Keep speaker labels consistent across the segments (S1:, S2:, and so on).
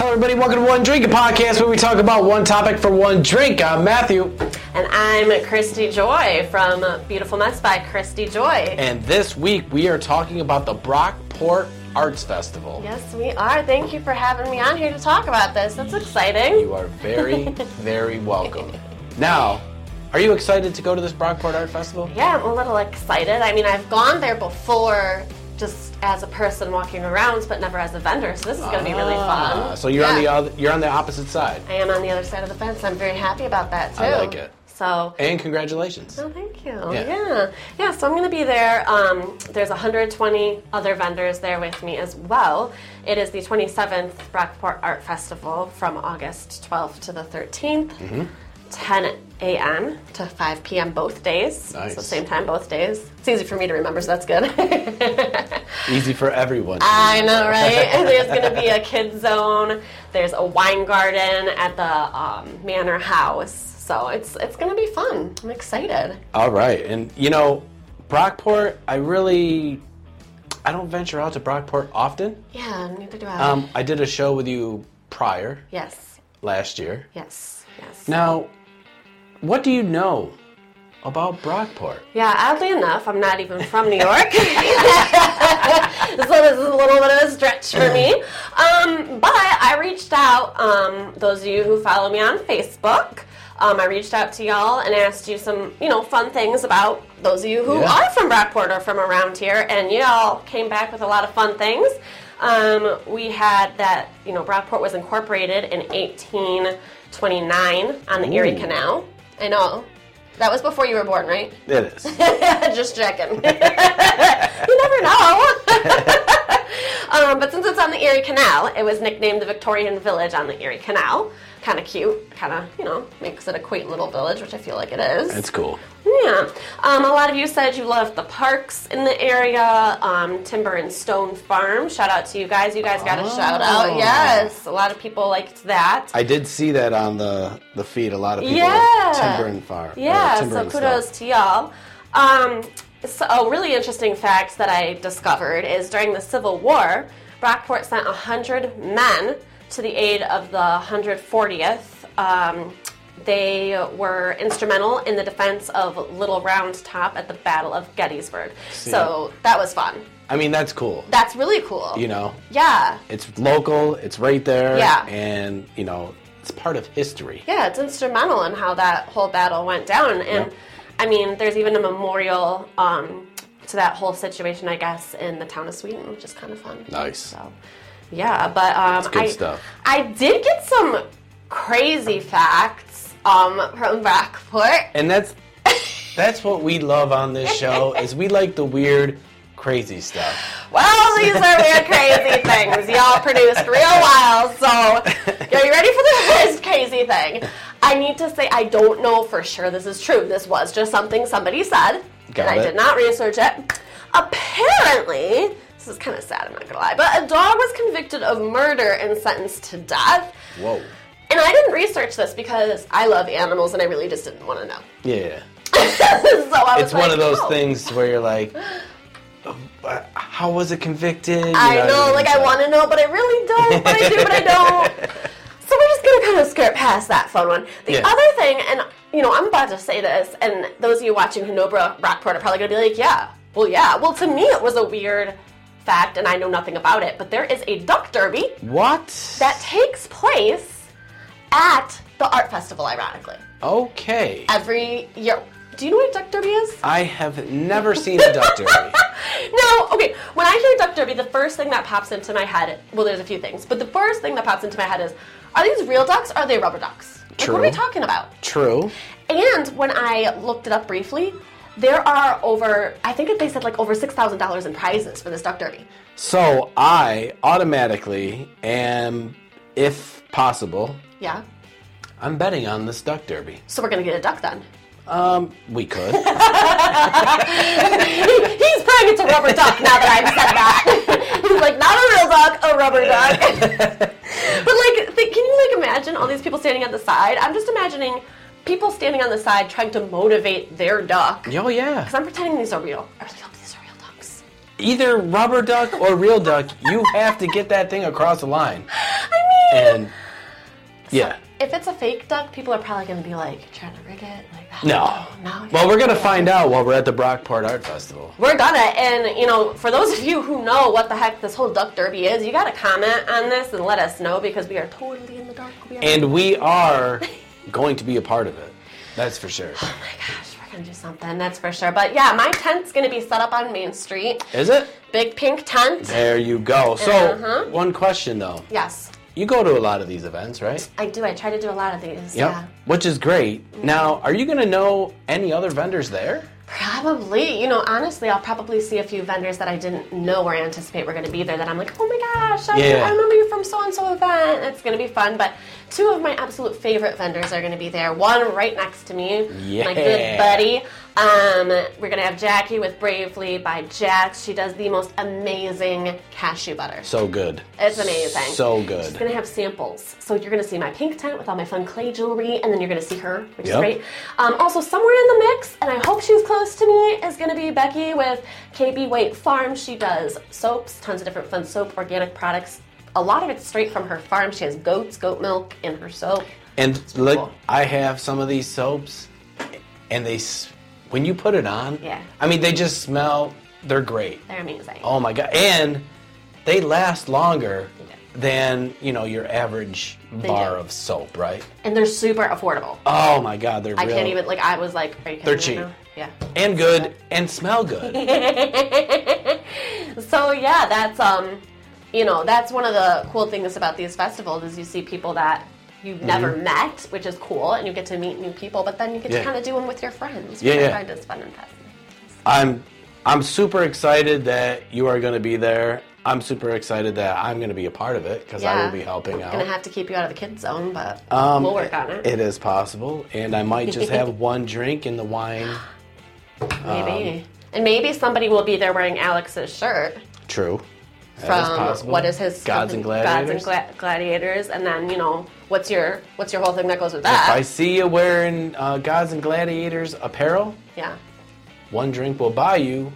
S1: everybody. Welcome to One Drink, a podcast where we talk about one topic for one drink. I'm Matthew,
S2: And I'm Christy Joy from Beautiful Mess by Christy Joy.
S1: and this week we are talking about the Brockport Arts Festival.
S2: Yes, we are. Thank you for having me on here to talk about this. That's exciting.
S1: You are very, very welcome. Now, are you excited to go to this Brockport Art Festival?
S2: Yeah, I'm a little excited. I mean, I've gone there before just as a person walking around, but never as a vendor, so this is going to be really
S1: Ah,
S2: fun.
S1: so you're on the
S2: Yeah.
S1: other, you're on the opposite side.
S2: I am on the other side of the fence. I'm very happy about that, too.
S1: I like it.
S2: So,
S1: And congratulations.
S2: Oh, thank you.
S1: Yeah.
S2: Yeah. yeah. so I'm going to be there. Um, there's 120 other vendors there with me as well. It is the 27th Brockport Art Festival from August 12th to the 13th. 10 a.m. to 5 p.m. both days.
S1: Nice.
S2: So same time both days. It's easy for me to remember, so that's good.
S1: Easy for everyone.
S2: I know, right? And there's going to be a kids zone. There's a wine garden at the um, Manor House. So it's it's going to be fun. I'm excited.
S1: All right, and you know, Brockport. I really, I don't venture out to Brockport often.
S2: Yeah, neither do I.
S1: Um, I did a show with you prior
S2: yes,
S1: last year.
S2: yes, yes.
S1: Now, what do you know about Brockport?
S2: Yeah, oddly enough, I'm not even from New York. so this is a little bit of a stretch for me. Um, but I reached out, um, those of you who follow me on Facebook, um, I reached out to y'all and asked you some, you know, fun things about those of you who
S1: Yeah.
S2: are from Brockport or from around here, and y'all came back with a lot of fun things. Um, we had that, you know, Brockport was incorporated in 1829 on the Erie
S1: Ooh.
S2: Canal. I know. That was before you were born, right?
S1: It is.
S2: Just checking. you never know. um, but since it's on the Erie Canal, it was nicknamed the Victorian Village on the Erie Canal. Kind of cute. Kind of, you know, makes it a quaint little village, which I feel like it is.
S1: It's cool.
S2: Yeah. Um, a lot of you said you loved the parks in the area, um, Timber and Stone Farm. Shout out to you guys. You guys got a
S1: Oh.
S2: shout out. Yes. A lot of people liked that.
S1: I did see that on the the feed. A lot of people
S2: Yeah.
S1: timber and farm. or
S2: Yeah,
S1: timber
S2: so
S1: and
S2: kudos
S1: Uh, stuff.
S2: to y'all. Um, so a really interesting fact that I discovered is during the Civil War, Brockport sent 100 men to the aid of the 140th. Um, they were instrumental in the defense of Little Round Top at the Battle of Gettysburg. So that was fun.
S1: I mean, that's cool.
S2: That's really cool.
S1: You know,
S2: Yeah.
S1: it's local. It's right there.
S2: Yeah.
S1: And you know, it's part of history.
S2: Yeah, it's instrumental in how that whole battle went down. And
S1: Yeah.
S2: I mean, there's even a memorial um, to that whole situation, I guess, in the town of Sweden, which is kind of fun.
S1: Nice.
S2: So, yeah, but um,
S1: good
S2: I,
S1: stuff.
S2: I did get some crazy facts um, from Brockport.
S1: And that's that's what we love on this show is we like the weird, crazy stuff.
S2: Well, these are weird, crazy things. Y'all produced real wild, so are you ready for the first crazy thing? I need to say I don't know for sure this is true. This was just something somebody said,
S1: Got
S2: and
S1: it.
S2: I did not research it. Apparently, this is kind of sad. I'm not gonna lie, but a dog was convicted of murder and sentenced to death.
S1: Whoa.
S2: And I didn't research this because I love animals and I really just didn't want to know.
S1: Yeah.
S2: so I was
S1: It's one
S2: like,
S1: of those
S2: oh.
S1: things where you're like, uh, how was it convicted? You
S2: I
S1: what
S2: know,
S1: mean?
S2: like
S1: It's
S2: I want to know, but I really don't. But I do, but I don't. So we're just gonna kind of skirt past that fun one. The
S1: Yeah.
S2: other thing, and you know, I'm about to say this, and those of you watching who know Bro- Rockport are probably gonna be like, yeah, well, yeah. Well, to me, it was a weird fact, and I know nothing about it. But there is a duck derby
S1: What?
S2: that takes place at the art festival, ironically,
S1: okay.
S2: every year. Do you know what a duck derby is?
S1: I have never seen a duck derby.
S2: No, okay. When I hear duck derby, the first thing that pops into my head, well, there's a few things, but the first thing that pops into my head is, are these real ducks? Or are they rubber ducks? Like, what are we
S1: True.
S2: talking about?
S1: True.
S2: And when I looked it up briefly, there are over, I think that they said like over six thousand dollars in prizes for this duck derby.
S1: So I automatically am, if possible,
S2: Yeah.
S1: I'm betting on this duck derby.
S2: So we're gonna get a duck then.
S1: Um, we could.
S2: He's praying it's a rubber duck now that I've said that. He's like, not a real duck, a rubber duck. but like, th- can you like imagine all these people standing on the side? I'm just imagining people standing on the side trying to motivate their duck. Because
S1: oh yeah.
S2: I'm pretending these are real. I really hope these are real ducks.
S1: either rubber duck or real duck, you have to get that thing across the line.
S2: I mean,
S1: and yeah.
S2: If it's a fake duck, people are probably going to be like trying to rig it, like that.
S1: No.
S2: no.
S1: Well, we're gonna find out while we're at the Brockport Art Festival.
S2: We're gonna, and you know, for those of you who know what the heck this whole duck derby is, you gotta comment on this and let us know because we are totally in the dark. We are,
S1: And we are going to be a part of it. That's for sure.
S2: oh my gosh, we're gonna do something, that's for sure. But yeah, my tent's gonna be set up on Main Street.
S1: Is it?
S2: Big pink tent.
S1: There you go. So,
S2: Uh-huh.
S1: one question though.
S2: Yes,
S1: You go to a lot of these events, right?
S2: I do. I try to do a lot of these.
S1: Yep.
S2: Yeah.
S1: Which is great. Now, are you going to know any other vendors there?
S2: Probably, you know, honestly, I'll probably see a few vendors that I didn't know or anticipate were going to be there. That I'm like, oh my gosh, I,
S1: Yeah.
S2: I remember you from so and so event. It's going to be fun. But two of my absolute favorite vendors are going to be there. One right next to me, my
S1: Yeah.
S2: good buddy. Um, we're going to have Jackie with Bravely by Jax. She does the most amazing cashew butter.
S1: So good.
S2: It's amazing.
S1: So
S2: She's
S1: good.
S2: gonna have samples. So you're gonna see my pink tent with all my fun clay jewelry, and then you're gonna see her, which
S1: Yep.
S2: is great. Um, also, somewhere in the mix, and I hope she's close to me, is gonna be Becky with KB White Farm. She does soaps, tons of different fun soap, organic products. A lot of it's straight from her farm. She has goats, goat milk in her soap.
S1: And look,
S2: cool.
S1: I have some of these soaps, and they, s- when you put it on,
S2: Yeah.
S1: I mean, they just smell, they're great.
S2: They're amazing.
S1: Oh my God. And they last longer
S2: Yeah.
S1: than, you know, your average bar
S2: do.
S1: of soap, right?
S2: And they're super affordable.
S1: Oh my God, they're
S2: I
S1: real.
S2: can't even, like, I was like, are you kidding
S1: They're
S2: me
S1: cheap.
S2: right now? Yeah.
S1: And good, and smell good.
S2: so yeah, that's um, you know, that's one of the cool things about these festivals is you see people that you've
S1: Mm-hmm.
S2: never met, which is cool, and you get to meet new people. But then you get
S1: Yeah.
S2: to kind of do them with your friends, which
S1: Yeah, yeah.
S2: I find is fun and fascinating.
S1: I'm I'm super excited that you are going to be there. I'm super excited that I'm going to be a part of it because I
S2: Yeah.
S1: will be helping
S2: Gonna
S1: out.
S2: have to keep you out of the kids zone, but
S1: Um,
S2: we'll work on it.
S1: It is possible, and I might just have one drink in the wine.
S2: maybe,
S1: um,
S2: and maybe somebody will be there wearing Alex's shirt.
S1: True. That is
S2: From
S1: possible.
S2: what is his
S1: gods and
S2: company-
S1: gladiators?
S2: Gods and Gla- gladiators, and then you know what's your what's your whole thing that goes with
S1: if I
S2: that?
S1: see you wearing uh, gods and gladiators apparel,
S2: Yeah.
S1: one drink will buy you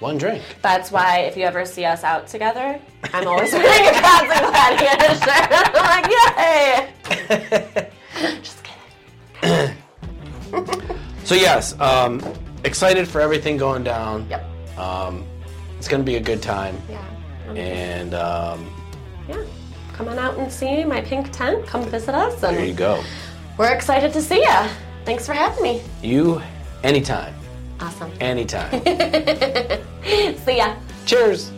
S1: one drink.
S2: That's why if you ever see us out together, I'm always wearing a Gods and Gladiators shirt. I'm like, yay! Just kidding.
S1: So yes, um, excited for everything going down.
S2: Yep.
S1: Um, it's going to be a good time,
S2: Yeah. Um,
S1: and um,
S2: yeah. Come on out and see my pink tent. Come visit us,
S1: there you
S2: and
S1: go.
S2: we're excited to see ya. Thanks for having me.
S1: You, anytime,
S2: Awesome.
S1: anytime.
S2: see ya.
S1: Cheers.